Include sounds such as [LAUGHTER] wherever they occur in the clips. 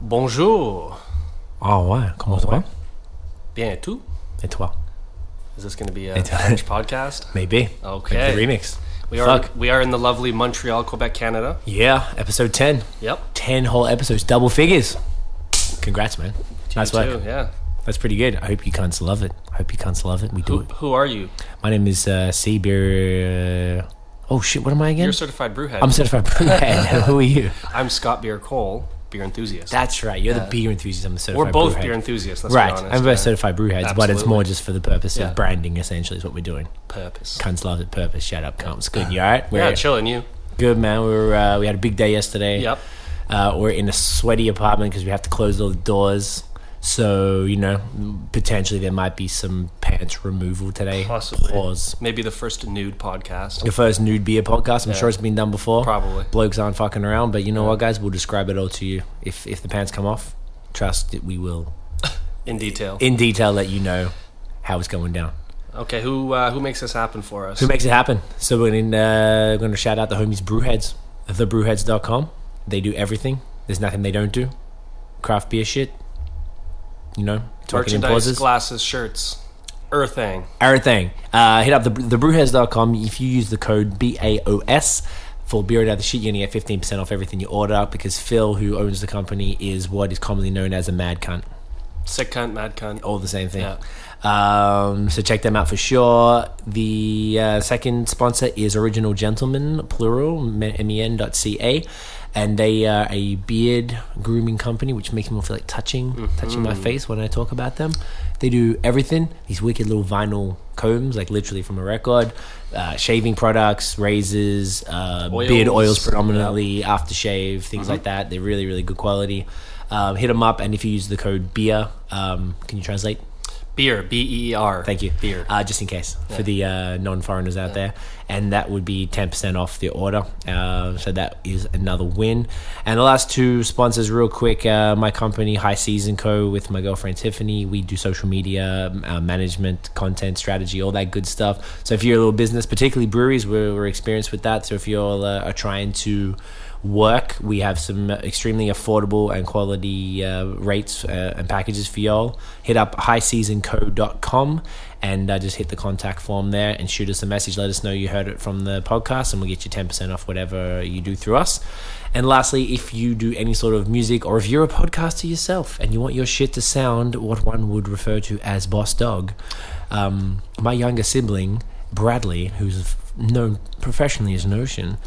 Bonjour. Ah ouais, comment ça va? Bien et tout? Et toi? Is this going to be a It's- French podcast? Maybe. Okay. Like the remix. We are Fuck. we are in the lovely Montreal, Quebec, Canada. Yeah, episode 10. Yep. 10 whole episodes, double figures. Congrats, man. nice You too, work. Yeah. That's pretty good. I hope you cunts love it. I hope you cunts love it. We do Who, it. who are you? My name is uh, C. Beer. Uh, oh shit, what am I again? You're a certified brewhead. [LAUGHS] I'm certified brewhead. [LAUGHS] Who are you? I'm Scott Beer Cole, beer enthusiast. That's right. You're the beer enthusiast. I'm the certified We're both brewhead. beer enthusiasts. Let's Right, be honest. I'm both certified brewheads, but it's Absolutely. more just for the purpose Yeah. of branding. Essentially, is what we're doing. purpose. Cunts love it. Purpose. Shut up, cunts. Good. You all right? We're Yeah, chilling you. good, man. We were uh, we had a big day yesterday. Yep. Uh, we're in a sweaty apartment because we have to close all the doors. So you know, potentially there might be some pants removal today. Possibly. Pause. Maybe the first nude podcast. Your first nude beer podcast. I'm sure it's been done before. Probably. Blokes aren't fucking around, but you know what, guys? We'll describe it all to you. If if the pants come off, trust that we will In detail. in detail let you know how it's going down. Okay, who uh, who makes this happen for us? Who makes it happen? So we're going uh, to shout out the homies Brewheads, thebrewheads.com. They do everything. There's nothing they don't do. Craft beer shit. You know, talking in Merchandise, pauses. glasses, shirts, earthing. Everything. Uh, hit up the thebrewheads.com. If you use the code BAOS for beer and other shit, you're going to get 15% off everything you order because Phil, who owns the company, is what is commonly known as a mad cunt. Sick cunt, mad cunt. all the same thing. Yeah. Um, so check them out for sure. The uh, second sponsor is Original Gentleman, plural, men dot ca, and they are a beard grooming company, which makes me feel like touching, touching my face when I talk about them. They do everything. These wicked little vinyl combs, like literally from a record, uh, shaving products, razors, uh, beard Oils. oils predominantly, aftershave, things like that. They're really, really good quality. Um, hit them up, and if you use the code beer, um, can you translate? Beer, B E E R. Thank you. Beer. Uh, just in case for the uh, non foreigners out there. And that would be 10% off the order. Uh, so that is another win. And the last two sponsors, real quick uh, my company, High Season Co., with my girlfriend Tiffany. We do social media uh, management, content strategy, all that good stuff. So if you're a little business, particularly breweries, we're, we're experienced with that. So if you all uh, are trying to work. We have some extremely affordable and quality uh, rates uh, and packages for y'all. Hit up highseasonco.com and uh, just hit the contact form there and shoot us a message. Let us know you heard it from the podcast and we'll get you 10% off whatever you do through us. And lastly, if you do any sort of music or if you're a podcaster yourself and you want your shit to sound what one would refer to as boss dog, um, my younger sibling, Bradley, who's f- known professionally as Notion,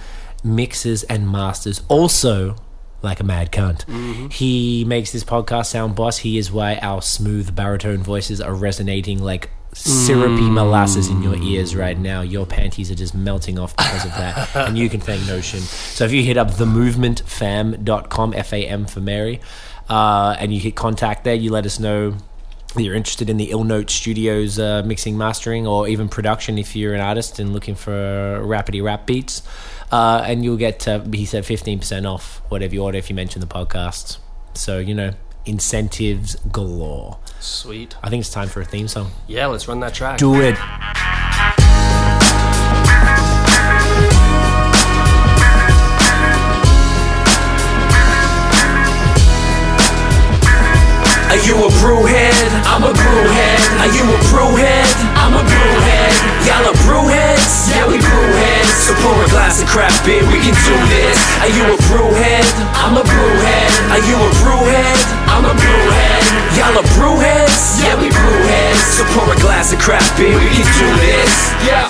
mixes and masters also like a mad cunt. He makes this podcast sound boss. He is why our smooth baritone voices are resonating like syrupy molasses in your ears right now. Your panties are just melting off because of that. and you can thank Notion. So if you hit up themovementfam.com, F A M for Mary, uh, and you hit contact there, you let us know that you're interested in the Ill Note Studios uh, mixing, mastering, or even production if you're an artist and looking for rapidy rap beats. Uh, and you'll get, uh, he said, 15% off whatever you order if you mention the podcast. So, you know, incentives galore. Sweet. I think it's time for a theme song. Yeah, let's run that track. Do it. Are you a brewhead? I'm a brewhead. Are you a brewhead? I'm a brewhead. Y'all are brewheads? Yeah, we brewheads. So pour a glass of craft beer, we can do this. Are you a brewhead? I'm a brewhead. Are you a brewhead? I'm a brewhead. Y'all are brewheads? Yeah, we brewheads. So pour a glass of craft beer, we can do this. Yeah.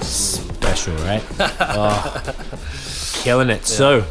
Special, [LAUGHS] right? Oh, killing it. So,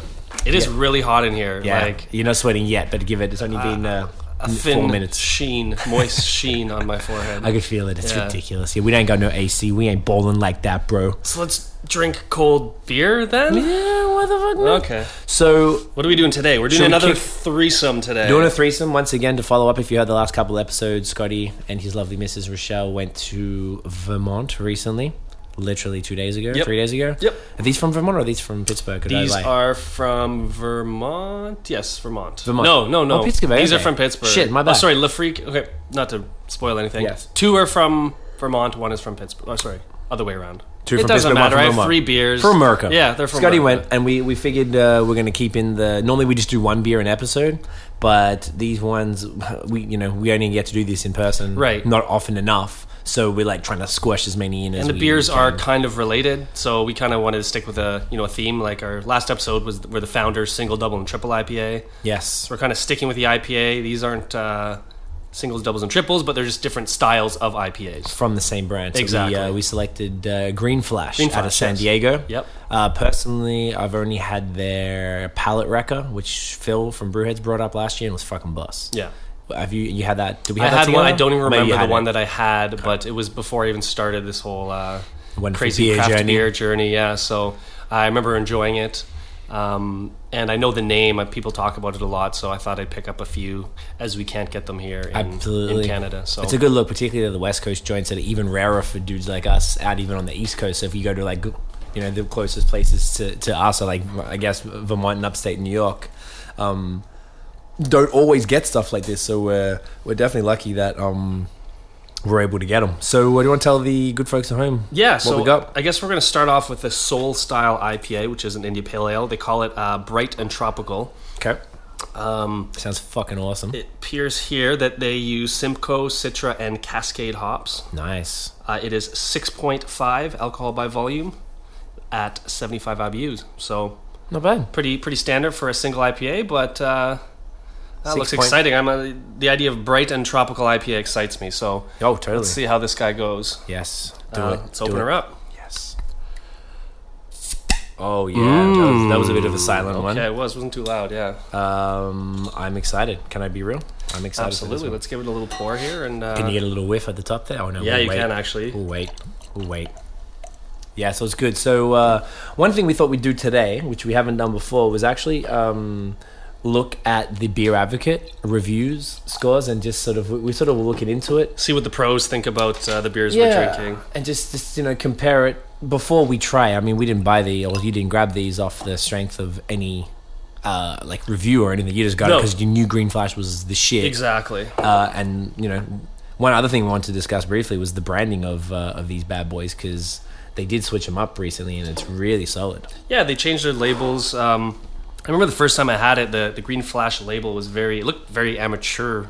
It is really hot in here. yeah, Like you're not sweating yet, but give it, it's only been uh, a n- thin four minutes. sheen, [LAUGHS] moist sheen on my forehead. I can feel it. It's Yeah. ridiculous. Yeah, we ain't got no AC. We ain't bowling like that, bro. so let's drink cold beer then? Yeah, what the fuck? man? Okay. So, What are we doing today? We're doing Should we another kick- threesome today. doing a threesome once again to follow up. If you heard the last couple episodes, Scotty and his lovely Mrs. Rochelle went to Vermont recently, literally two days ago, Yep. three days ago. Yep. Are these from Vermont or are these from Pittsburgh? Did I These lie? are from Vermont. Yes, Vermont. Vermont. No, no, no. Oh, Pittsburgh, These are okay. from Pittsburgh. Shit, my Oh, bad. sorry, Lafrique. Okay, not to spoil anything. Yes. Two are from Vermont. One is from Pittsburgh. Oh, sorry, other way around. Two It from doesn't Brisbane, matter. I one from have Wilmot. three beers. From America. Yeah, they're from Scotty America. went, and we, we figured uh, we're going to keep in the. Normally we just do one beer an episode, but these ones, [LAUGHS] we you know we only get to do this in person, Right. Not often enough, so we're like trying to squash as many in as And the we beers can. are kind of related, so we kind of wanted to stick with a you know a theme. Like our last episode was were the founders single, double, and triple IPA. yes, So we're kind of sticking with the IPA. These aren't uh, singles, doubles, and triples, but they're just different styles of IPAs. from the same brand. So Exactly. We, uh, we selected uh, Green Flash Green out of Flash, San yes. Diego. Yep. Uh, personally, I've only had their Palette Wrecker, which Phil from Brewheads brought up last year and was fucking bust. Yeah. Have you you had that? Did we I have that had one. I together? don't even Maybe you remember the had one it. that I had, but it was before I even started this whole uh, Wonderful crazy beer craft journey. beer journey. Yeah, so I remember enjoying it, um, and I know the name. uh, People talk about it a lot, so I thought I'd pick up a few as we can't get them here in, Absolutely. in Canada. So It's a good look, particularly to the West Coast joints that are even rarer for dudes like us out even on the East Coast. So if you go to like, you know, the closest places to, to us are like, I guess, Vermont and upstate New York. Um, don't always get stuff like this. So we're, we're definitely lucky that um, we're able to get them. So what do you want to tell the good folks at home? Yeah, what so we got? I guess we're going to start off with the Soul Style IPA, which is an India Pale Ale. They call it uh, Bright and Tropical. Okay. Um, Sounds fucking awesome. it appears here that they use Simcoe, Citra, and Cascade hops. nice. Uh, it is 6.5 alcohol by volume at 75 IBUs. So Not bad. pretty pretty standard for a single IPA, but uh, that Six looks point- exciting. I'm uh the idea of bright and tropical IPA excites me. So Oh, totally. let's see how this guy goes. Yes. Do Uh, it. Let's Do open it. her up. Yes. Oh yeah, that, was, that was a bit of a silent Yeah, Mm. it was wasn't too loud. Yeah. one. Um, I'm excited. Can I be real? I'm excited. for this Absolutely. one. Let's give it a little pour here, and uh, Can you get a little whiff at the top there? Oh no. yeah, we'll you wait. can actually. We'll wait. We'll wait. Yeah, so it's good. So uh, one thing we thought we'd do today, which we haven't done before, was actually um, look at the Beer Advocate reviews scores and just sort of we- we sort of were looking into it. See what the pros think about uh, the beers we're drinking. And just, just you know, compare it before we try. I mean, we didn't buy the or you didn't grab these off the strength of any uh, like review or anything. You just got it No. 'cause it because you knew Green Flash was the shit. Exactly. Uh, and you know, one other thing we wanted to discuss briefly was the branding of uh, of these bad boys because they did switch them up recently, and it's really solid. Yeah, they changed their labels. Um, I remember the first time I had it, the, the Green Flash label was very, it looked very amateur.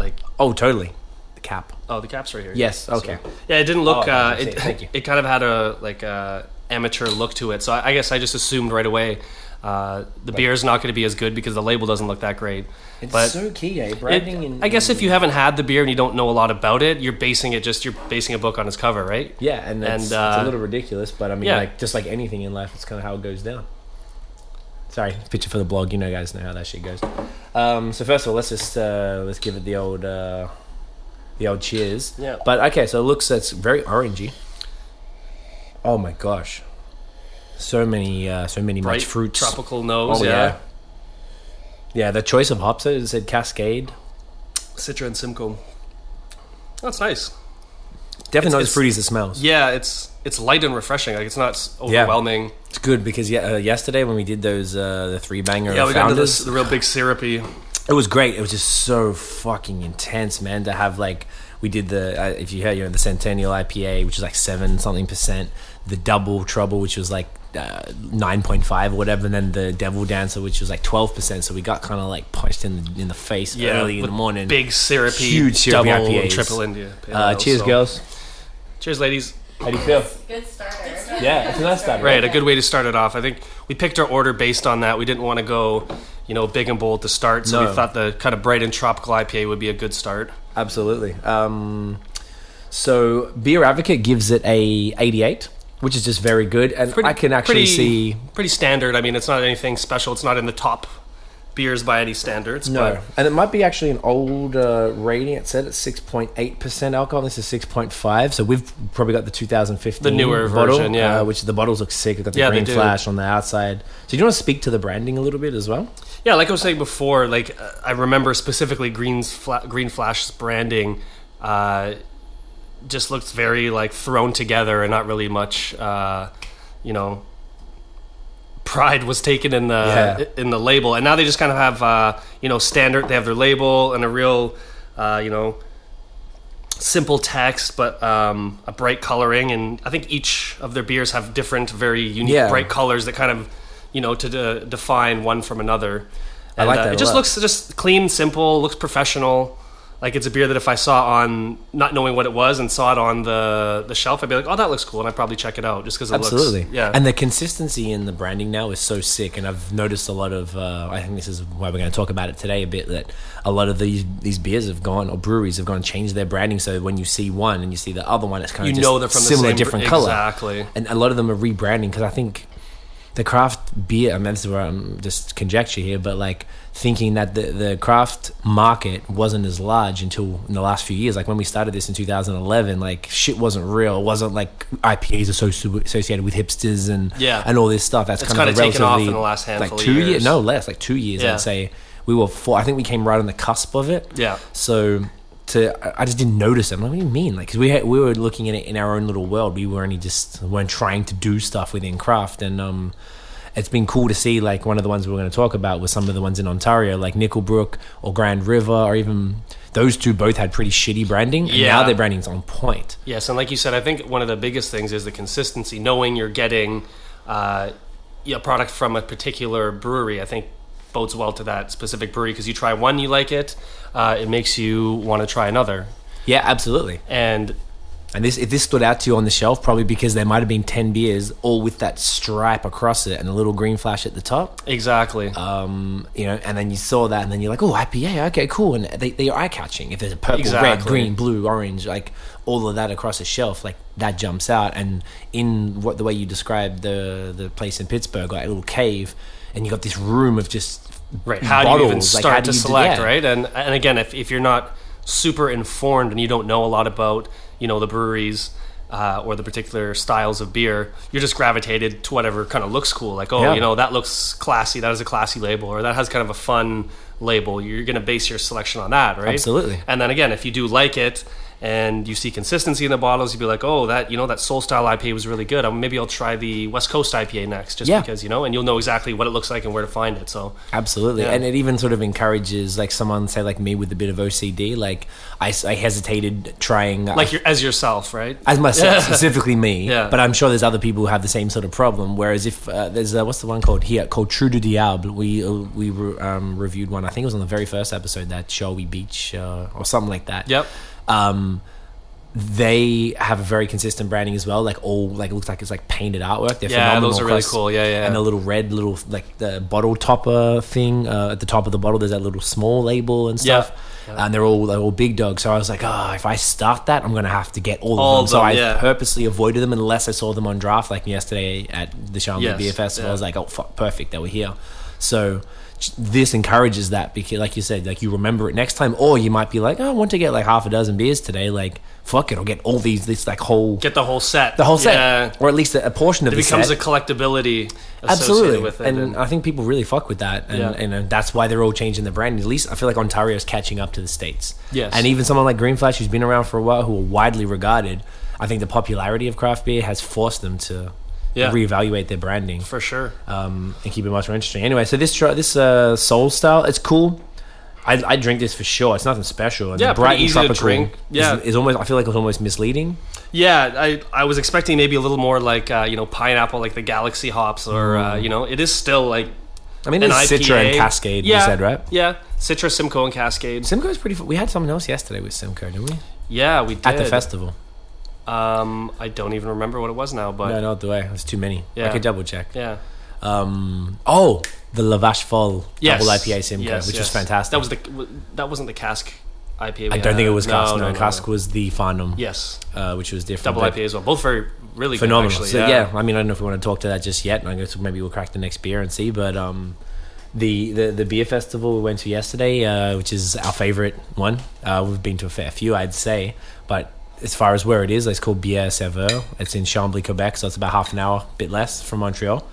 Like, Oh, totally. The cap. oh, the cap's right here. Yes. Okay. Yeah, it didn't look, Oh, I uh, was gonna it, say, thank you. [LAUGHS] it kind of had a, like, a amateur look to it. So I, I guess I just assumed right away uh, the beer's not going to be as good because the label doesn't look that great. It's but so key, eh? it- Branding and I guess if you haven't had the beer and you don't know a lot about it, you're basing it just, you're basing a book on its cover, right? yeah, and, that's, uh, it's a little ridiculous, but I mean, yeah. like just like anything in life, it's kind of how it goes down. Sorry, picture for the blog. You know, guys know how that shit goes. Um, so first of all, let's just uh, let's give it the old uh, the old cheers. Yeah. But okay, so it looks that's very orangey. Oh my gosh, so many uh, so many Bright much fruits. tropical nose. Oh yeah. yeah. yeah. the choice of hops. It said Cascade. Citra and Simcoe. That's nice. Definitely not It's- as fruity as it smells. Yeah, it's it's light and refreshing. Like it's not s- Yeah. overwhelming. It's good because yeah, uh, yesterday when we did those uh, the three banger Yeah, we got into founders, this, the real big syrupy. It was great. It was just so fucking intense, man. To have like we did the uh, if you heard you know the Centennial IPA, which is like seven something percent, the Double Trouble, which was like uh, nine point five or whatever, and then the Devil Dancer, which was like twelve percent. So we got kind of like punched in the in the face Yeah, early in the with morning. Big syrupy, Huge syrupy double and IPAs. triple India. pale uh, ale, cheers, so- girls. Cheers, ladies. How do you feel? Good starter. Yeah, it's a nice start. Right, a good way to start it off. I think we picked our order based on that. We didn't want to go, you know, big and bold to start, so No. we thought the kind of bright and tropical IPA would be a good start. Absolutely. Um, so Beer Advocate gives it a eighty-eight, which is just very good, and I can actually pretty, see pretty standard. I mean, it's not anything special. It's not in the top beers by any standards. No, but and it might be actually an old uh, rating. It said it's six point eight percent alcohol. This is six point five, so we've probably got the two thousand fifteen, The newer bottle, version, yeah. uh, which the bottles look sick. It's got the Yeah, they green do. flash on the outside. So do you want to speak to the branding a little bit as well? Yeah, like I was saying before, like uh, I remember specifically Green's fla- Green Flash's branding uh, just looks very like thrown together and not really much, uh, you know. Pride was taken in the in the label, and now they just kind of have uh, you know standard. They have their label and a real uh, you know simple text but um, a bright coloring and i think each of their beers have different very unique Yeah. bright colors that kind of you know to de- define one from another uh, I like that a it just lot. looks just clean simple looks professional like it's a beer that if i saw on not knowing what it was and saw it on the the shelf i'd be like oh that looks cool and i'd probably check it out just because it Absolutely. looks yeah And the consistency in the branding now is so sick. And I've noticed a lot of, uh, I think this is why we're going to talk about it today a bit, that a lot of these, these beers have gone, or breweries have gone, changed their branding. So when you see one and you see the other one, it's kind you of know they're from similar, the same different exactly. color. exactly And a lot of them are rebranding because I think the craft beer, I mean, this is where I'm just conjecture here, but like thinking that the, the craft market wasn't as large until in the last few years. Like when we started this in 2011, like shit wasn't real. It wasn't like IPAs associ- associated with hipsters and Yeah. and all this stuff. That's It's kind of kinda taken off relatively in the last handful like of two years. no less, like two years. Yeah. I'd say we were four. I think we came right on the cusp of it. yeah So to I- I just didn't notice them. Like, what do you mean? Like 'cause we had, we were looking at it in our own little world. We were only just weren't trying to do stuff within craft and um. It's been cool to see like one of the ones we're going to talk about was some of the ones in Ontario, like Nickelbrook or Grand River, or even those two both had pretty shitty branding. And Yeah. now their branding's on point. Yes, and like you said, I think one of the biggest things is the consistency. Knowing you're getting uh, a product from a particular brewery, I think bodes well to that specific brewery because you try one, you like it, uh, it makes you want to try another. Yeah, absolutely. And And this if this stood out to you on the shelf, probably because there might have been ten beers all with that stripe across it and a little green flash at the top. exactly, um, you know, and then you saw that, and then you're like, oh, IPA, okay, cool, and they they are eye catching. If there's a purple, red, Exactly. green, blue, orange, like all of that across a shelf, like that jumps out. And in what the way you described the the place in Pittsburgh, like a little cave, and you got this room of just right? How do you even bottles, like, start how do to you do- select, yeah. right? And and again, if if you're not super informed and you don't know a lot about you know the breweries. Uh, or the particular styles of beer, you're just gravitated to whatever kind of looks cool. Like, oh, Yeah. you know, that looks classy. That is a classy label, or that has kind of a fun label. You're going to base your selection on that, right? Absolutely. And then again, if you do like it and you see consistency in the bottles, you'd be like, oh, that you know that Soul Style IPA was really good. Um, maybe I'll try the West Coast IPA next, just Yeah. because you know, and you'll know exactly what it looks like and where to find it. So Absolutely. Yeah. And it even sort of encourages, like, someone, say, like me with a bit of OCD, like, I, s- I hesitated trying. uh, like your, as yourself, right? as myself, specifically me. Yeah. But I'm sure there's other people who have the same sort of problem. Whereas if uh, there's uh, what's the one called here called True to Diable, we uh, we re- um, reviewed one. I think it was on the very first episode that Shelby Beach uh, or something like that. Yep. Um, they have a very consistent branding as well. Like all like it looks like it's like painted artwork. They're Yeah, phenomenal those are really across- cool. Yeah, yeah. And a little red little like the bottle topper thing uh, at the top of the bottle. There's that little small label and Yeah. stuff. And they're all they're all big dogs. So I was like, oh, if I start that, I'm gonna have to get all, All of them. So of them, I yeah. purposely avoided them unless I saw them on draft, like yesterday at the Sharm Yes, Beer Festival. yeah. I was like, oh fuck, perfect, they were here. So j- this encourages that because, like you said, like you remember it next time, or you might be like, oh, I want to get like half a dozen beers today. Like fuck it, I'll get all these this like whole Get the whole set. the whole set, Yeah. or at least a, a portion of It the becomes set a collectability associated absolutely with it. and, and- i think people really fuck with that and, Yeah. and, uh, that's why they're all changing the brand at least i feel like ontario's catching up to the states Yes. and even someone like green flash who's been around for a while who are widely regarded i think the popularity of craft beer has forced them to Yeah. reevaluate their branding for sure. um, and keep it much more interesting anyway so this tr- this uh, soul style it's cool I, I drink this for sure. It's nothing special. And Yeah, the bright pretty and easy to tropical drink. Yeah. is, is almost. I feel like it's almost misleading. Yeah, I, I was expecting maybe a little more like uh, you know pineapple, like the galaxy hops, or uh, you know, it is still like I mean, an it's Mm. Citra and IPA. Cascade. Yeah, You said right. Yeah, Citra, Simcoe, and Cascade. Simcoe's pretty. F- we had someone else yesterday with Simcoe, didn't we? Yeah, we did At the festival. Um, I don't even remember what it was now, but No, not the way. There's too many. Yeah. I could double check. yeah, Um, oh, the Lavash Fall yes, double IPA Simcoe, yes, which was yes. fantastic. That was the w- that wasn't the cask IPA. we I don't think it had. was Cask. No, no, Cask was the Farnum, Yes, uh, which was different. double but IPA as well. Both very really Phenomenal. Good, actually. so yeah. I mean, I don't know if we want to talk to that just yet. and I guess maybe we'll crack the next beer and see. But um, the, the the beer festival we went to yesterday, uh, which is our favorite one. Uh, we've been to a fair few, I'd say, but. As far as where it is, it's called Bière Seveur. It's in Chambly, Quebec, so it's about half an hour, bit less, from Montreal.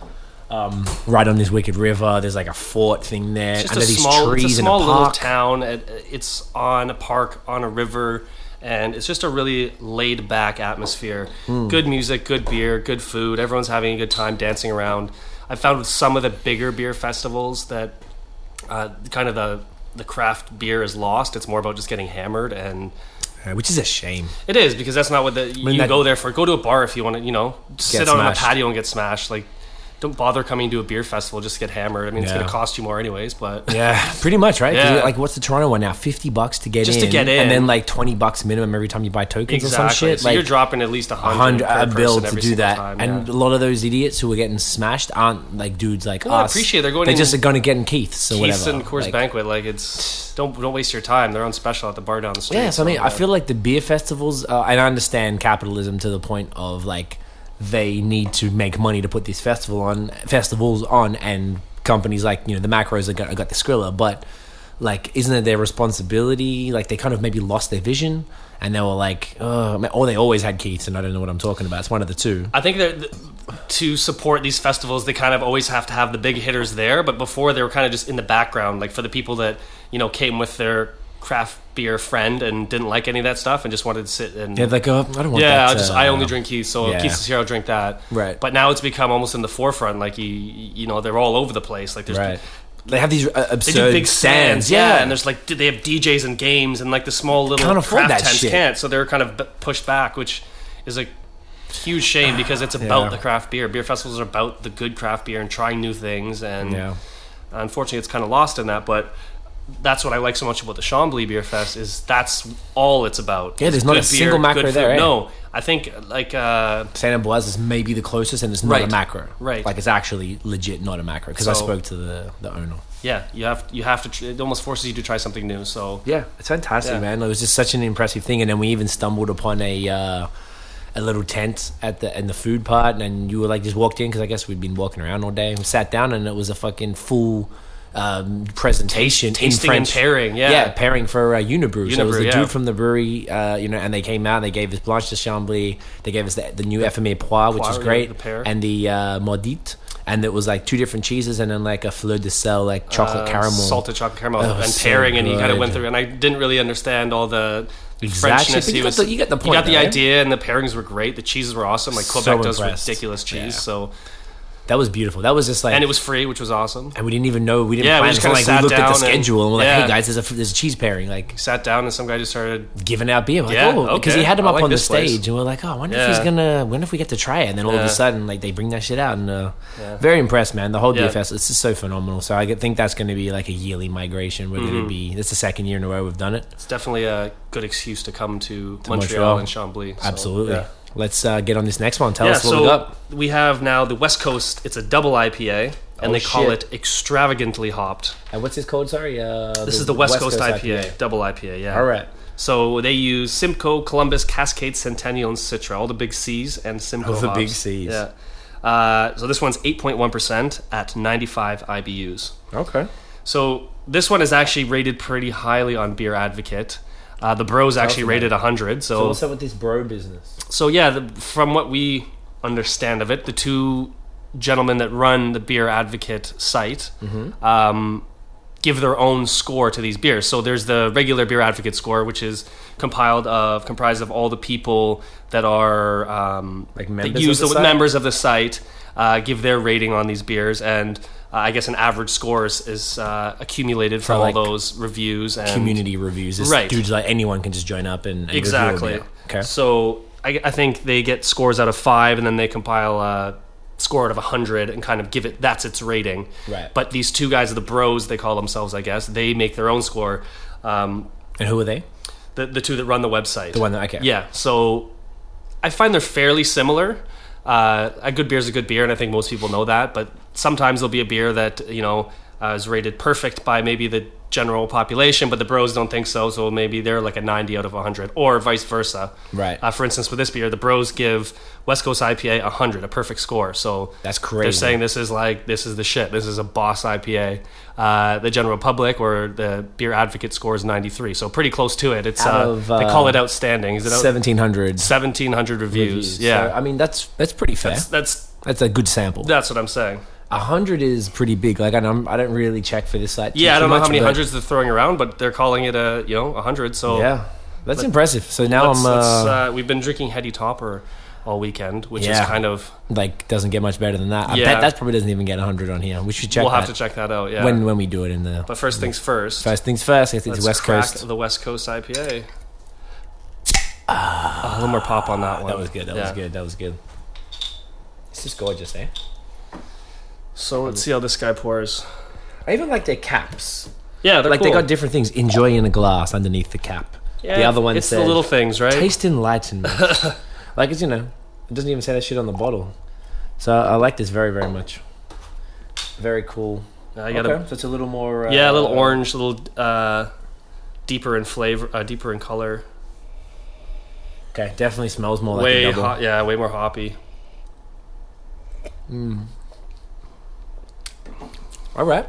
um, right on this wicked river. There's like a fort thing there, It's under just a these small, trees it's a in small a little park. town. It- It's on a park, on a river, and it's just a really laid back atmosphere. Hmm. Good music, good beer, good food. Everyone's having a good time dancing around. I found with some of the bigger beer festivals that uh, kind of the the craft beer is lost. It's more about just getting hammered and uh, which is a shame. It is because that's not what the, you that- go there for. Go to a bar if you want to, you know, just Get sit out on a smashed. patio and get smashed. Like, don't bother coming to a beer festival. Just get hammered. I mean, it's Yeah. going to cost you more anyways. But [LAUGHS] Yeah, pretty much, right? 'Cause Yeah. you're Like, what's the Toronto one now? Fifty bucks to get Just in, to get in. and then like twenty bucks minimum every time you buy tokens or some exactly, shit. so like, you're dropping at least a a hundred hundred a per bill person to every do single that, time, and yeah. a lot of those idiots who are getting smashed aren't like dudes like I us. appreciate they're going They're in- just going to get in Keith's or Keith's whatever. and Coors like, Banquet. Like, it's don't don't waste your time. They're on special at the bar down the street. Yeah, so I mean, I yeah. uh, feel like the beer festivals, uh, and I understand capitalism to the point of like they need to make money to put these festival on festivals on, and companies like you know the macros have got, have got the Skrilla, but like isn't it their responsibility? Like they kind of maybe lost their vision, and they were like, oh, man," or they always had Keith's, and I don't know what I'm talking about. It's one of the two. I think that th- to support these festivals, they kind of always have to have the big hitters there. But before, they were kind of just in the background, like for the people that you know came with their craft beer friend and didn't like any of that stuff and just wanted to sit and They're like, oh, I don't want. yeah, that I just I uh, only drink Keith's, so yeah. Keith's is here. I'll drink that. Right. But now it's become almost in the forefront. Like you, you know, they're all over the place. Like there's Right. They have these uh, They absurd do big stands, yeah, and there's. there's like they have DJs and games, and like the small little Can't afford craft that tents shit. can't, so they're kind of b- pushed back, which is a huge shame because it's about Yeah. the craft beer. Beer festivals are about the good craft beer and trying new things, and Yeah. unfortunately, it's kind of lost in that. But that's what I like so much about the Chambly Beer Fest is that's all it's about. Yeah, It's there's not good a single macro good there, food. eh? No, I think like. uh Santa Blas is maybe the closest, and it's not Right. a macro. Right. Like it's actually legit not a macro because I So- spoke to the, the owner. yeah, you have you have to. Tr- it almost forces you to try something new. So Yeah, it's fantastic, Yeah. man. It was just such an impressive thing, and then we even stumbled upon a uh, a little tent at the and the food part, and then you were like just walked in because I guess we'd been walking around all day. We sat down, and it was a fucking full. Um, presentation Tasting in and French pairing, yeah. pairing for uh, Unibrew. So it was Unibrew, the yeah. dude from the brewery, uh, you know, and they came out. They gave us Blanche de Chambly. They gave us the, the new FME Poire, which Poire, was yeah, great, the pear. and the uh, Maudite, and it was like two different cheeses, and then like a fleur de sel, like chocolate uh, caramel, salted chocolate caramel, Oh, and so pairing, and he kind of good. went through. And I didn't really understand all the Exactly, Frenchness. but he you got was, the- you got the You point, got the though, eh? idea, and the pairings were great. The cheeses were awesome. Like So Quebec does impressed. ridiculous cheese, Yeah. so That was beautiful. That was just like, and and, it was free, which was awesome. we didn't even know we didn't Yeah, we plan. just until, kinda like sat we looked at the down and- schedule and we're like, yeah. hey guys, there's a there's a cheese pairing, like Sat down, and some guy just started. giving out beer. Like, Yeah, oh, because okay. he had him I up like on the this place. stage, and we're like, oh, I wonder if Yeah. he's gonna, wonder if we get to try it. And then all of Yeah. a sudden, like they bring that shit out, and uh, very impressed, man. The whole Yeah. beer fest, it's just so phenomenal. So I get- think that's going to be like a yearly migration. We're Mm-hmm. going to be. That's the second year in a row we've done it. It's definitely a good excuse to come to, Montreal, Montreal. and Chambly. so, Absolutely. yeah. Let's uh, get on this next one. Tell Yeah, us what we so got. we have now the West Coast. It's a double IPA, and Oh, they call shit. it extravagantly hopped. And what's this called? Sorry, uh, This is the West, Coast, IPA, double IPA. Yeah. All right. So they use Simcoe, Columbus, Cascade, Centennial, and Citra, all the big C's, and Simcoe. All the hops. big Cs. Yeah. Uh, so this one's 8.1% at 95 IBUs. Okay. So this one is actually rated pretty highly on Beer Advocate. Uh, the Bros actually Awesome. rated 100. So So, what's so, up with this bro business? yeah, the, from what we understand of it, the two gentlemen that run the Beer Advocate site Mm-hmm. um, give their own score to these beers. So there's the regular beer advocate score, which is compiled of comprised of all the people that are um, Like that members use of the site? members of the site uh, give their rating on these beers, and uh, I guess an average score is, is uh, accumulated from like, all those reviews and Community reviews. It's Right. Dudes like anyone can just join up and, and review a Exactly. beer. Okay. So I, I think they get scores out of five, and then they compile a score out of hundred and kind of give it that's its rating. Right. But these two guys, the bros, they call themselves, I guess, they make their own score. Um, And who are they? the the two that run the website. The one that okay. Yeah. So I find they're fairly similar. Uh, a good beer is a good beer, and I think most people know that. But sometimes there'll be a beer that you know uh, is rated perfect by maybe the general population, but the bros don't think so. So maybe they're like a ninety out of hundred, or vice versa. Right. Uh, for instance, with this beer, the bros give West Coast IPA hundred, a perfect score. So That's They're crazy. saying this is like this is the shit. This is a boss IPA. Uh, the general public or the beer advocate score is ninety three, so pretty close to it. It's Out uh, of, they uh, call it outstanding. Is it out- Seventeen hundred. 1700 reviews. Yeah. So, I mean that's that's pretty fair. That's, that's a good sample. that's what I'm saying. A hundred is pretty big. Like I don't, I don't really check for this site. too- Yeah, I too don't know much, how many but- hundreds they're throwing around, but they're calling it a, you know, 100. So Yeah, that's impressive. So now let's- I'm uh, let's, uh, we've been drinking Heady Topper all weekend, which Yeah. is kind of like doesn't get much better than that. I Yeah. bet that probably doesn't even get hundred on here. We should check. we'll have to that check that out. Yeah. when when we do it in the but first things first. first things first. I think let's it's West crack Coast. the West Coast IPA. Ah, a little more pop on that one. That was good. That was Yeah. good. That was good. It's just gorgeous, eh? So let's see how this guy pours. I even like their caps. Yeah, they're like they cool. got different things. Enjoy in a glass underneath the cap. Yeah, the other one It's says the little things, right? [LAUGHS] taste enlightenment. like it's you know, it doesn't even say that shit on the bottle. So I like this very very much. Very cool. I gotta- okay, so it's a little more. Uh, Yeah, a little orange, a little uh, deeper in flavor, uh, deeper in color. Okay, definitely smells more way like a double. hot, yeah, way more hoppy. All right.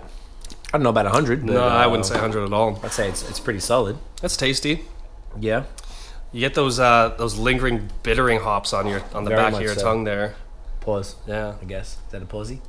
I don't know about hundred. uh, No, I wouldn't say 100 at all. I'd say it's it's pretty solid. That's tasty. Yeah. You get those uh, those lingering bittering hops on your on the Very back of much your so. tongue there. Pause. Yeah, I guess is that a pausey?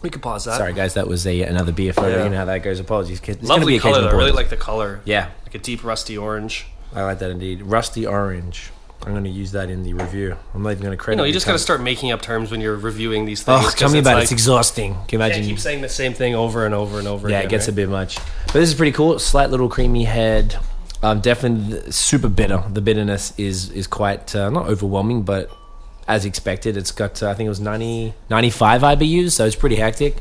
we could pause that. Sorry guys, that was a another beer photo. Yeah. You know how that goes. Apologies. It's gonna lovely be color. occasional though. I really pauses. like the color. Yeah, like a deep rusty orange. I like that indeed. Rusty orange. I'm going to use that in the review. I'm not even going to You credit. know, you just gotta cunt. start making up terms when you're reviewing these things. Oh, 'cause tell me about it. like- It's exhausting. Can you you imagine? can't keep saying the same thing over and over and over. yeah, again, it gets right? a bit much. But this is pretty cool. Slight little creamy head. Um, definitely th- super bitter. The bitterness is is quite uh, not overwhelming, but as expected, it's got uh, I think it was 90, 95 IBUs, so it's pretty hectic.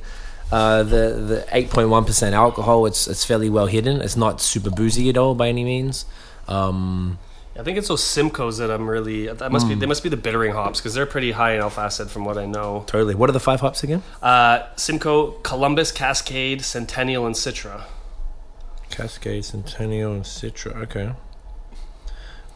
Uh, the the eight point one percent alcohol. It's it's fairly well hidden. It's not super boozy at all by any means. Um, I think it's those Simcoes that I'm really. That must be. Mm. They must be the bittering hops because they're pretty high in alpha acid, from what I know. totally. What are the five hops again? Uh, Simcoe, Columbus, Cascade, Centennial, and Citra. Cascade, Centennial, and Citra. Okay.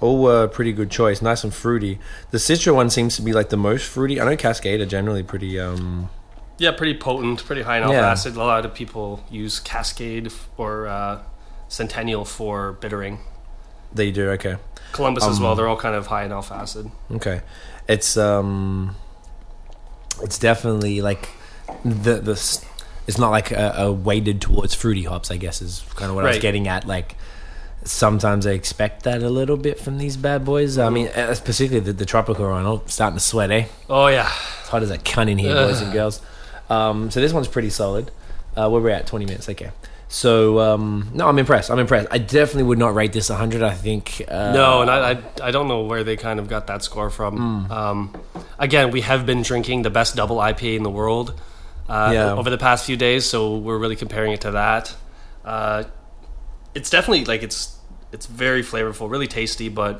All were pretty good choice. Nice and fruity. The Citra one seems to be like the most fruity. I know Cascade are generally pretty. um Yeah, pretty potent, pretty high in alpha Yeah. acid. A lot of people use Cascade f- or uh, Centennial for bittering. They do okay. Columbus as Um, well. They're all kind of high in alpha acid. Okay, it's um, it's definitely like the the. s- It's not like a, a weighted towards fruity hops. I guess is kind of what I was Right. getting at. Like sometimes I expect that a little bit from these bad boys. I mean, uh, specifically the, the tropical one. I'm starting to sweat, eh? Oh yeah, It's hot as a cunt in Uh. here, boys and girls. Um, so this one's pretty solid. Uh, where we're at, 20 minutes. Okay. So um, no, I'm impressed. I'm impressed. I definitely would not rate this 100. I think uh, no, and I, I I don't know where they kind of got that score Hmm. from. Um, again, we have been drinking the best double IPA in the world uh, Yeah. over the past few days, so we're really comparing it to that. Uh, it's definitely like it's it's very flavorful, really tasty, but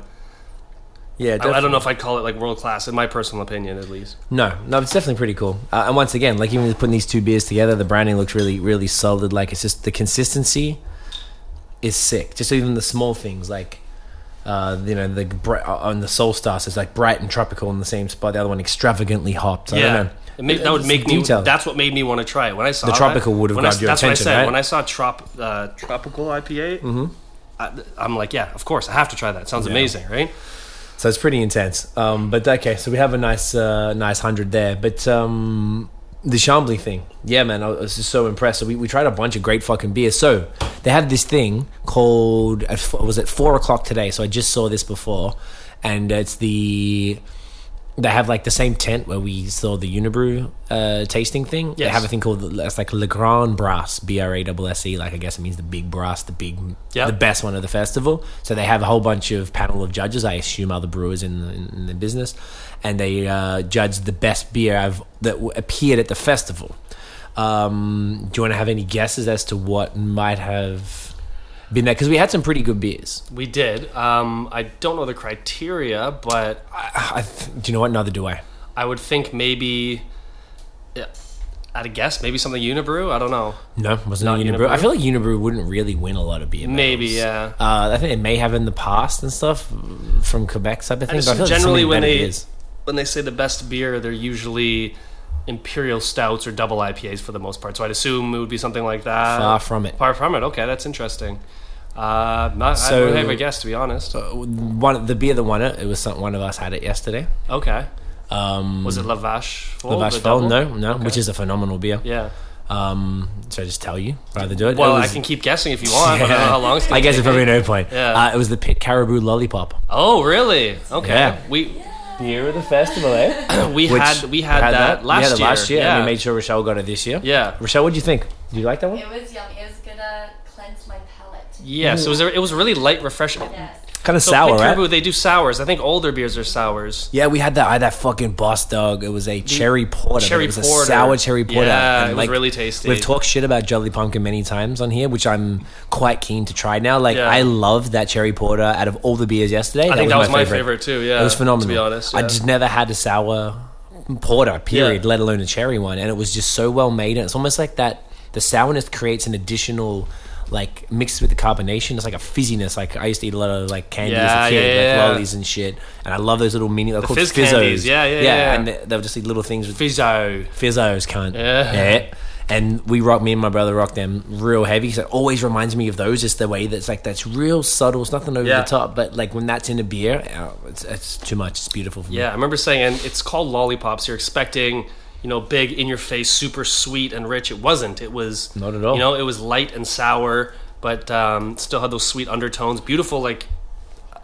yeah, I, I definitely. don't know if I'd call it like world class in my personal opinion, at least. No, no, it's definitely pretty cool. Uh, and once again, like even putting these two beers together, the branding looks really, really solid. Like it's just the consistency is sick. Just even the small things, like uh, you know, the br- on the Soul Stars, it's like bright and tropical in the same spot. The other one extravagantly hopped. I don't know. It ma- that would It's make me. detail. That's what made me want to try it. When I saw The that- tropical would have when I- grabbed your that's attention, what I said. right? Mm-hmm. When I saw trop, uh, tropical IPA, I, I'm like, yeah, of course, I have to try that. It sounds amazing, right? So it's pretty intense. Um, but okay, so we have a nice, uh, nice hundred there. But um, the Chambly thing, yeah, man, I was just so impressed. So we, we tried a bunch of great fucking beers. So they have this thing called at f- was at four o'clock today. So I just saw this before, and it's the they have like the same tent where we saw the Unibrew uh, tasting thing. They Yes. have a thing called that's like Le Grand Brass, B R A S S E. Like I guess it means the big brass, the big, Yeah. the best one of the festival. So they have a whole bunch of panel of judges. I assume other brewers in the, in, the business, and they uh, judge the best beer I've, that w- appeared at the festival. Um, do you want to have any guesses as to what might have been there? Because we had some pretty good beers. We did. Um, I don't know the criteria, but I, I th- do you know what? Neither do I. I would think maybe, yeah, at a guess, maybe something Unibrew. I don't know. No, wasn't Not it Unibrew. Unibrew? I feel like Unibrew wouldn't really win a lot of beer. medals. Maybe, yeah. Uh, I think they may have in the past and stuff from Quebec type of thing. just but I feel like there's so generally many when better they- beers. When they say the best beer, they're usually imperial stouts or double IPAs for the most part. So I'd assume it would be something like that. far from it. Far from it. Okay, that's interesting. Uh, not, I So- Uh, don't have a guess, to be honest. One the beer that won it, it was some, one of us had it yesterday. Okay. Um, Was it Lavash Fall? the Oh, the Vache Folle? double? No, no, which is a phenomenal beer. Yeah. Um, should I just tell you rather do it? Well, It I was- can keep guessing if you want. I don't know [LAUGHS] Yeah. how long it's I going guess it's probably no point. Yeah. Uh, it was the Pit Caribou Lollipop. Oh, really? Okay. Yeah. We Beer of the festival, eh? [COUGHS] we had we had, that, last we had it year. last year, Yeah. and we made sure Rochelle got it this year. yeah. Rochelle, what do you think? Do you like that one? It was yummy. It was gonna Uh, cleanse my palate. Yes, it was a, it was a really light, refreshing. Yes. kind of So sour, Pink right? Caribou, they do sours. I think older beers are sours. Yeah, we had that. I had that fucking boss dog. It was a cherry porter. but cherry it was porter. a sour cherry porter. Yeah, it was really tasty. We've talked shit about Jolly Pumpkin many times on here, which I'm quite keen to try now. Like, Yeah. I loved that cherry porter. Out of all the beers yesterday, I think that was my favorite, too. Yeah, it was phenomenal. To be honest, I yeah. just never had a sour porter, period, Yeah. let alone a cherry one, and it was just so well made. And it's almost like that. The sourness creates an additional. Like mixed with the carbonation, it's like a fizziness. Like I used to eat a lot of like candy as Yeah, a kid, yeah, like yeah. lollies and shit. And I love those little mini, they're called fizz fizzos. candies. Yeah, yeah, yeah. And they, they were just like little things with Fizzo. fizzos, cunt. Yeah. And we rock, me and my brother rock them real heavy because it always reminds me of those. Just the way that's like, that's real subtle. It's nothing over Yeah. the top, but like when that's in a beer, oh, it's, it's too much. It's beautiful for me. Yeah, I remember saying, and it's called lollipops. You're expecting, you know, big in your face, super sweet and rich. It wasn't. It was Not at all. You know, it was light and sour, but um, still had those sweet undertones. Beautiful, like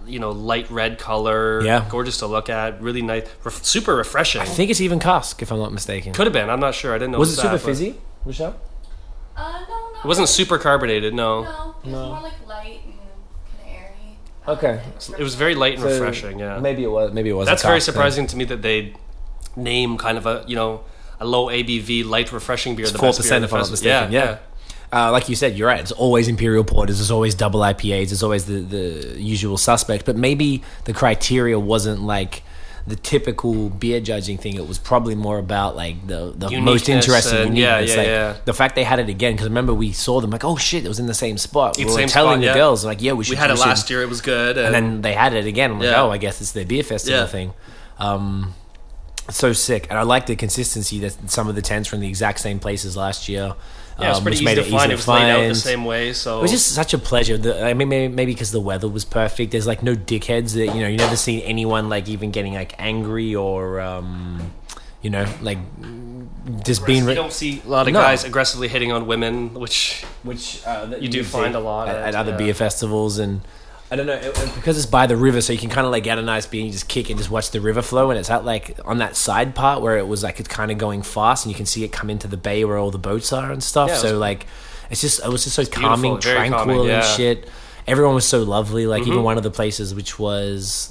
you know, light red color. Yeah. gorgeous to look at. Really nice, ref- super refreshing. I think it's even cask, if I'm not mistaken. Could have been. I'm not sure. I didn't know. was it that, super but- fizzy, Michelle? Uh, no, not It wasn't really. super carbonated. No. No, it was more like light and kind of airy. I Okay. liked it. It was very light and refreshing. Yeah. Maybe it was. Maybe it was. a That's very cask then. surprising to me that they name kind of a you know a low ABV light refreshing beer. the four best beer at percent the if I'm not festival. mistaken. Yeah. Uh, like you said, you're right. It's always imperial porters. It's always double IPAs. It's always the the usual suspect. But maybe the criteria wasn't like the typical beer judging thing. It was probably more about like the the most Uniqueness interesting. and- yeah, uniqueness. yeah, like, yeah. The fact they had it again because remember we saw them like oh shit it was in the same spot. We It's were same telling spot, the yeah. girls like yeah we should We had it should- last year. It was good. and then they had it again. I'm like, Yeah. oh, I guess it's their beer festival Yeah. thing. Um, it's so sick, and I like the consistency that some of the tents from the exact same places last year. yeah, it was um, pretty which easy made to it find. to It was laid out the find. same way. So It was just such a pleasure. The, I mean, maybe maybe because the weather was perfect. There's like no dickheads that you know. You never seen anyone like even getting like angry or um, you know like just being. you Re- don't see a lot of No. guys aggressively hitting on women, which which uh, that you do see find a lot at, at, at other yeah. beer festivals and I don't know it, it- because it's by the river, so you can kind of like get a nice beer and you just kick and just watch the river flow. And it's at like on that side part where it was like it's kind of going fast, and you can see it come into the bay where all the boats are and stuff. Yeah, it so was- like it's just it was just so beautiful, calming, very tranquil, calming, and yeah. Mm-hmm. shit. Everyone was so lovely. Like even one of the places, which was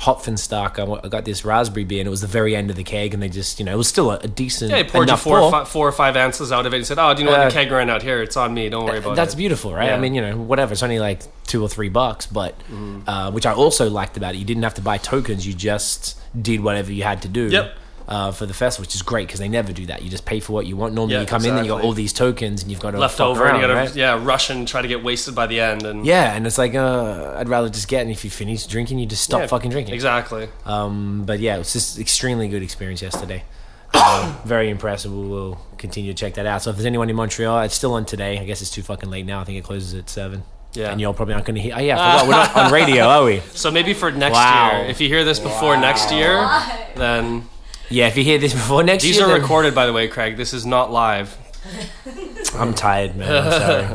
Hopfenstock, I wa- I got this raspberry beer, and it was the very end of the keg, and they just you know it was still a, a decent. yeah, he poured you enough four, pour. or fi- four or five ounces out of it and said, "Oh, do you know Uh, what? The keg ran out. Here, it's on me. Don't worry about that's it." beautiful, right? I Yeah. Mm-hmm. mean, you know, whatever. It's only like two or three bucks, but uh, which I also liked about it. You didn't have to buy tokens; you just did whatever you had to do. Yep. Uh, for the festival, which is great because they never do that. You just pay for what you want. Normally, Yeah, you come in and you got exactly. all these tokens, and you've got to Left fuck over, and you around, gotta right? yeah rush and try to get wasted by the end, and Yeah, and it's like uh, I'd rather just get. And if you finish drinking, you just stop Yeah, fucking drinking. Exactly. Um, but yeah, it was just extremely good experience yesterday. Uh, very impressive. We will continue to check that out. So if there's anyone in Montreal, it's still on today. I guess it's too fucking late now. I think it closes at seven. Yeah. and you're probably not going to hear. Oh yeah, I forgot. we're not on radio, are we? So maybe for next Wow. year, if you hear this before next year, Why? then Yeah, if you hear this before next these year, are then- recorded, by the way, Craig. This is not live. I'm tired, man. I'm [LAUGHS] sorry.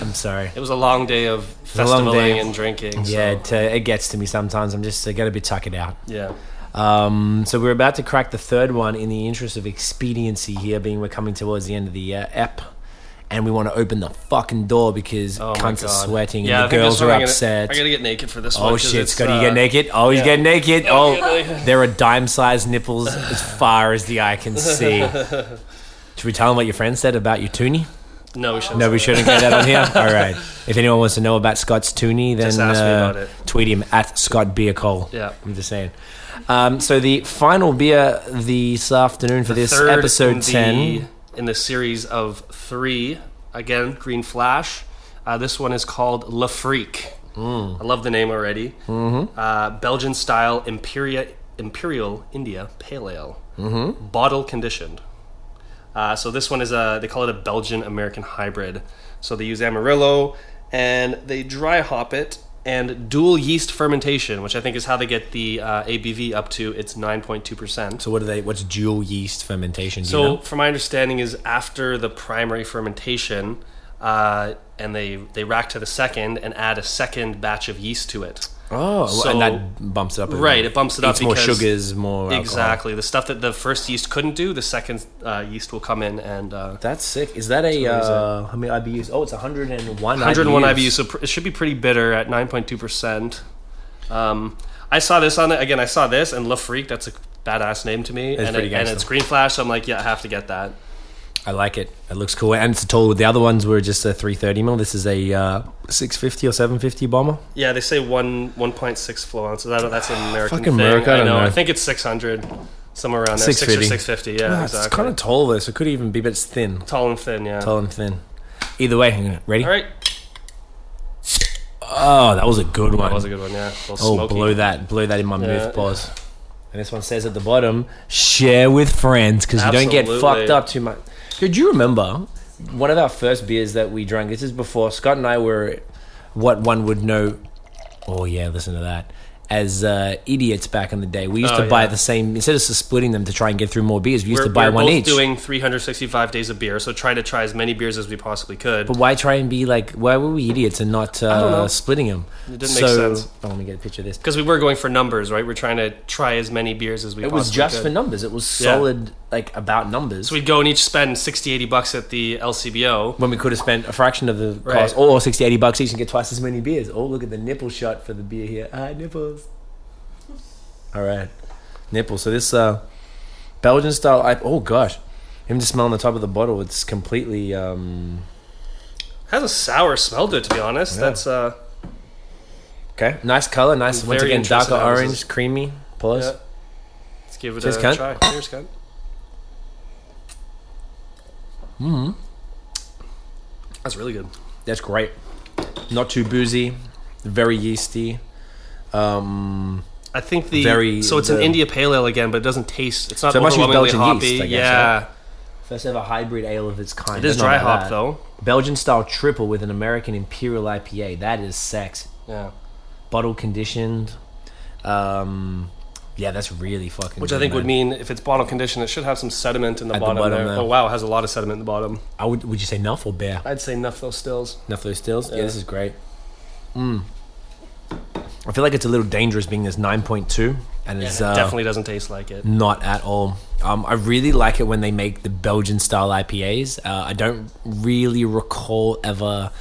I'm sorry. It was a long day of a long day. festivaling and drinking. so- Yeah, it, uh, it gets to me sometimes. I'm just I got to be tucking out. yeah. Um, so we're about to crack the third one in the interest of expediency here, being we're coming towards the end of the uh, ep, and we want to open the fucking door because Oh my cunts are God. sweating Yeah, I and the think this girls one are I'm gonna- upset. I gotta get naked for this one. Oh 'cause shit, it's, Scotty, you uh, get naked? Oh, he's getting naked. Oh, yeah. there are dime sized nipples as far as the eye can see. [LAUGHS] Should we tell them what your friend said about your toonie? No, we shouldn't. No, say we that. shouldn't get that on [LAUGHS] here. All right. If anyone wants to know about Scott's toonie, then Just ask me uh, about it. tweet him at Scott Beer Cole. Yeah. I'm just saying. Um, so the final beer this afternoon for this Third episode in the, ten. in the series of three. Again, Green Flash. Uh, this one is called La Freak. Mm. I love the name already. Mm-hmm. Uh, Belgian style Imperia, Imperial India Pale Ale, mm-hmm. bottle conditioned. Uh, so this one is a they call it a Belgian American hybrid. So they use Amarillo and they dry hop it and dual yeast fermentation, which I think is how they get the uh, ABV up to its nine point two percent. So what are they? What's dual yeast fermentation? Do you So, know? from my understanding, is after the primary fermentation, uh, and they they rack to the second and add a second batch of yeast to it. oh, so- and that bumps it up. a bit. Right, it bumps it up It's more because- sugars, more alcohol. Exactly, the stuff that the first yeast couldn't do, the second uh, yeast will come in and uh, That's sick. Is that a That's uh, how many IBUs? Oh, it's 101. 101 IBU. So pr- it should be pretty bitter at 9.2 percent. Um, I saw this on it again. I saw this and La Freak. That's a badass name to me, That's and, it- pretty and gangsta. it's Green Flash. So I'm like, yeah, I have to get that. I like it. It looks cool, and it's a tall. The other ones were just a 330 mil. This is a uh, 650 or 750 bomber. Yeah, they say one one point six flow ounces. I don't, that's an American Fucking thing. America, I I, don't know. know. I think it's six hundred, somewhere around there. Six or 650. six fifty. Yeah, Ah, exactly. It's kind of tall though, so it could even be, but it's thin, tall and thin. Yeah. tall and thin. Either way, hang on, ready? All right, Oh, that was a good one. that was a good one. Yeah. A little oh, smoky. blew that, blew that in my Yeah. mouth. Pause. And this one says at the bottom, share with friends because you don't get Absolutely. fucked up too much. Dude, do you remember one of our first beers that we drank? This is before Scott and I were what one would know. Oh yeah, listen to that. As uh, idiots back in the day, we used Oh, to buy yeah. the same instead of splitting them to try and get through more beers. We used We're, to buy we're one both each. doing 365 days of beer, so try to try as many beers as we possibly could. But why try and be like? Why were we idiots and not uh, know. splitting them? It didn't make sense. I want to get a picture of this. Because we were going for numbers, right? We're trying to try as many beers as we. It was possibly just could. for numbers. It was solid, like about numbers. So we'd go and each spend 60, 80 bucks at the LCBO. when we could have spent a fraction of the Right. cost or 60, 80 bucks each and get twice as many beers. Oh, look at the nipple shot for the beer here. Ah, nipples. All right. Nipples. So this uh, Belgian style, I, oh gosh. Him just smelling the top of the bottle, it's completely. Um, Has a sour smell to it, to be honest. That's uh, okay. Nice color, nice. Once Very again, darker interesting how this orange, is- creamy. Pause. yeah. Let's give it Cheers, a cunt. try. Cheers, cunt. Hmm. That's really good. That's great. Not too boozy, very yeasty. Um, I think the Very- so it's an the- India Pale Ale again, but it doesn't taste. It's not So it must be overwhelmingly Belgian hoppy. yeast, I guess, yeah, first ever hybrid ale of its kind. it is That's not dry bad. hop though. Belgian style triple with an American Imperial IPA. That is sex. Yeah, Bottle conditioned. Um, yeah, that's really fucking. which good, I think would man. mean if it's bottle conditioned, it should have some sediment in the At the bottom, bottom there. there. Oh wow, it has a lot of sediment in the bottom. I would. Would you say nuff or bear? I'd say enough those stills. Nuff those stills. Yeah. Yeah. this is great. Mm. I feel like it's a little dangerous being this nine point two, and it's uh, Definitely doesn't taste like it. Not at all. Um, I really like it when they make the Belgian style IPAs. Uh, I don't really recall ever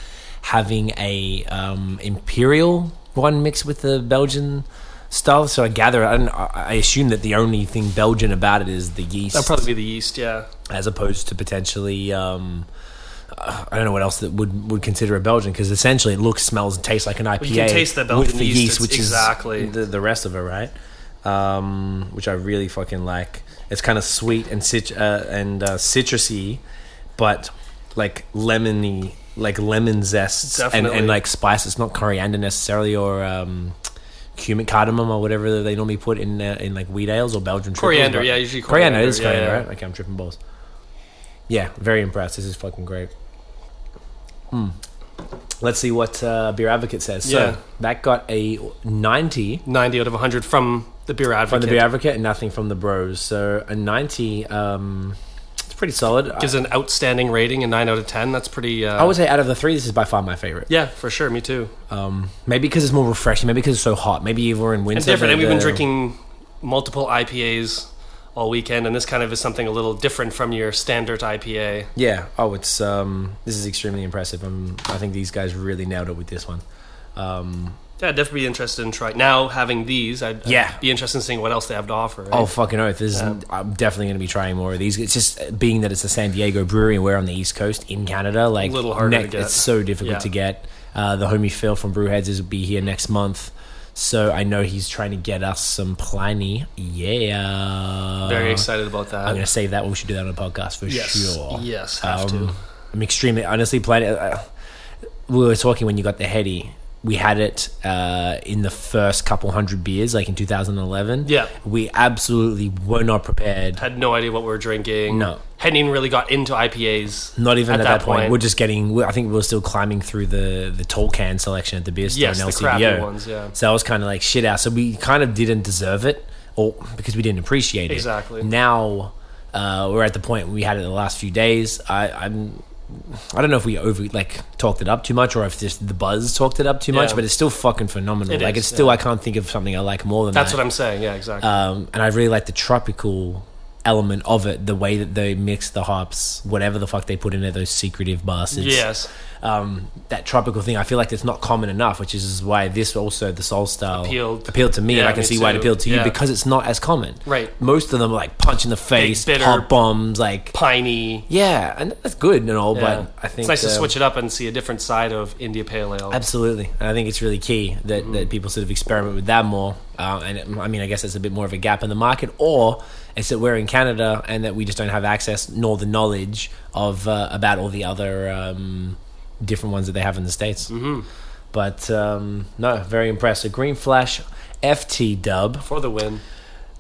having a um, imperial one mixed with the Belgian style. So I gather, I, don't, I I assume that the only thing Belgian about it is the yeast, That'd probably be the yeast. Yeah, as opposed to potentially. Um, uh, I don't know what else that would would consider a Belgian because essentially it looks, smells, and tastes like an IPA. you can taste the Belgian yeast, it's exactly. is the, the rest of it, right? Um, which I really fucking like. It's kind of sweet and cit- uh, and uh, citrusy, but like lemony, like lemon zests and, Definitely. and like spice. It's not coriander necessarily or um, cumin, cardamom or whatever they normally put in uh, in like wheat ales or Belgian triples, Coriander, but- yeah, usually coriander. coriander, is yeah, coriander, yeah. right? Okay, I'm tripping balls. Yeah, very impressed. This is fucking great. Hmm. Let's see what uh, Beer Advocate says. Yeah. So that got a 90 ninety out of hundred from the beer advocate. from the Beer Advocate and nothing from the Bros. So a 90, um, it's pretty solid. I, gives it an outstanding rating, a nine out of ten. That's pretty. Uh, I would say out of the three, this is by far my favorite. yeah, for sure. Me too. Um, maybe because it's more refreshing. Maybe because it's so hot. Maybe if we're in winter. and different. the- And we've been the- uh, drinking multiple IPAs all weekend, and this kind of is something a little different from your standard IPA. Yeah. Oh, it's um, this is extremely impressive. Um, I think these guys really nailed it with this one. Um, Yeah, I'd definitely be interested in trying. Now having these, I'd, I'd Yeah. be interested in seeing what else they have to offer. right? Um, Oh fucking oath! This is, I'm definitely going to be trying more of these. It's just uh, being that it's a San Diego brewery and we're on the East Coast in Canada, like Little harder to get. It's so difficult Yeah. to get. Uh, the homie Phil from Brewheads is be here next month, so I know he's trying to get us some Pliny. Yeah, very excited about that. uh, I'm going to save that. We should do that on a podcast for yes, sure. Um, yes, have to. I'm extremely honestly Pliny. Uh, we were talking when you got the heady. We had it uh, in the first couple hundred beers, like in 2011. Yeah. we absolutely were not prepared. Had no idea what we were drinking. No. hadn't even really got into IPAs. Not even at, that, point. We're just getting. we I think we were still climbing through the the tall can selection at the beer store Yes, in the LCBO. crappy ones, yeah. So I was kind of like shit out. So we kind of didn't deserve it, or because we didn't appreciate it. Exactly. Now uh, we're at the point we had it the last few days. I, I'm. I don't know if we over like talked it up too much, or if just the buzz talked it up too much. Yeah. But it's still fucking phenomenal. It like is, it's still. yeah. I can't think of something I like more than That's that. what I'm saying. Yeah, exactly. Um, and I really like the tropical element of it, the way that they mix the hops, whatever the fuck they put in there, those secretive bastards. Yes. Um, that tropical thing, I feel like it's not common enough, which is why this also, the soul style, Appealed. to me. Yeah, and I can me see why it too. appealed to you Yeah. because it's not as common. Right. Most of them are like punch in the face, bitter- pop bombs, like. Piney. Yeah, and that's good and all, Yeah. but I think it's nice to um, switch it up and see a different side of India Pale Ale. Absolutely, and I think it's really key that, Mm-hmm. that people sort of experiment with that more. Uh, and it, I mean, I guess it's a bit more of a gap in the market, or it's that we're in Canada and that we just don't have access nor the knowledge of uh, about all the other um, different ones that they have in the states. Mm-hmm. But um, no, very impressed. So Green Flash, FT Dub. For the win.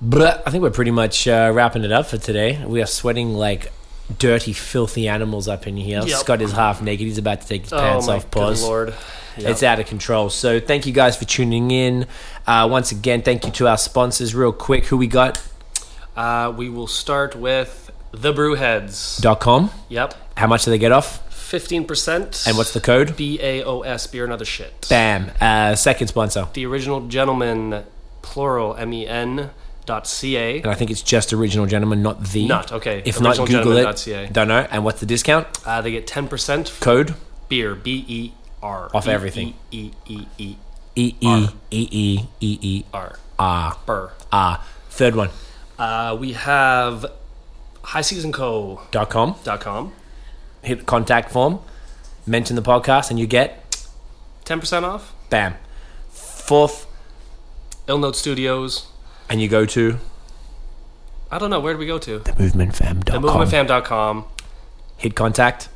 But I think we're pretty much uh, wrapping it up for today. We are sweating like dirty, filthy animals up in here. Yep. Scott is half naked. He's about to take his pants oh my off. Pause. good lord. It's out of control. So thank you guys for tuning in. Uh, once again, thank you to our sponsors. Real quick, who we got? Uh, we will start with the Brewheads. Dot com. Yep. How much do they get off? 15%. And what's the code? B A O S, beer and other shit. Bam. Uh, second sponsor. The original gentleman, plural, M E N dot C A. And I think it's just original gentleman, not the. Not, okay. If not, Google originalgentleman.ca. it. Don't know. And what's the discount Uh, they get 10% code? beer, B E R. Off everything. E E E E E E E E E R. R Burr. R. Third one. Uh, we have highseasonco.com. Dot com. Hit contact form. Mention the podcast, and you get 10% off. bam. Fourth, Ill Note Studios. and you go to I don't know. Where do we go to? movementfam.com. TheMovementFam.com. hit contact,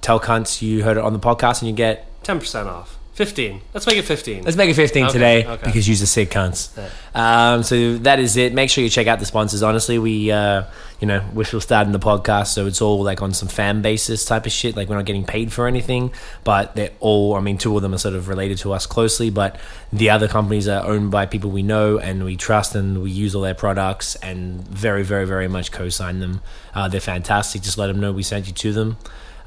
tell cunts you heard it on the podcast, and you get 10% off. 15. Let's make it 15. let's make it fifteen Okay, today okay. because you're sick cunts. Um, so that is it. Make sure you check out the sponsors. Honestly, we uh, you know we're still starting the podcast, so it's all like on some fan basis type of shit. Like we're not getting paid for anything, but they're all. I mean, two of them are sort of related to us closely, but the other companies are owned by people we know and we trust, and we use all their products and very, very, very much co-sign them. Uh, they're fantastic. Just let them know we sent you to them.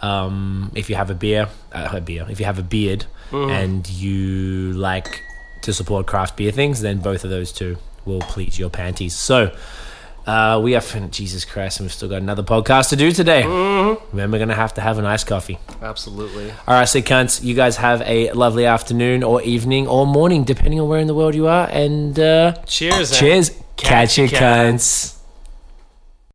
um, if you have a beer, uh, a beer, if you have a beard and you like to support craft beer things, then both of those two will please your panties. So uh, we are, fin- Jesus Christ, and we've still got another podcast to do today. Then we're going to have to have an iced coffee. Absolutely. All right, so cunts, you guys have a lovely afternoon or evening or morning, depending on where in the world you are. And uh, Cheers. and cheers. Catch, you, catch ya, cunts.